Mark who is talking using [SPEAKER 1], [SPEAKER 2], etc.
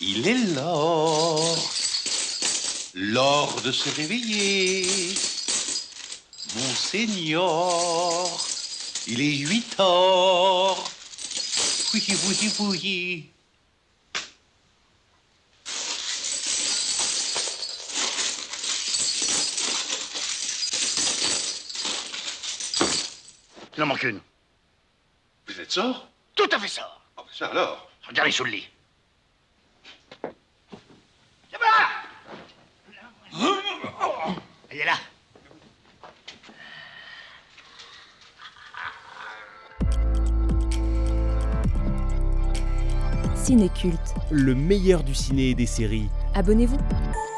[SPEAKER 1] Il est l'or. L'or de se réveiller. Monseigneur. Il est huit heures. Oui, oui, oui.
[SPEAKER 2] Il en manque une.
[SPEAKER 1] Vous êtes sort
[SPEAKER 2] Tout à fait ça.
[SPEAKER 1] Ah, ben ça alors.
[SPEAKER 2] Regardez sous le lit. C'est bon, Elle est là.
[SPEAKER 3] Cinéculte.
[SPEAKER 4] Le meilleur du ciné et des séries.
[SPEAKER 3] Abonnez-vous.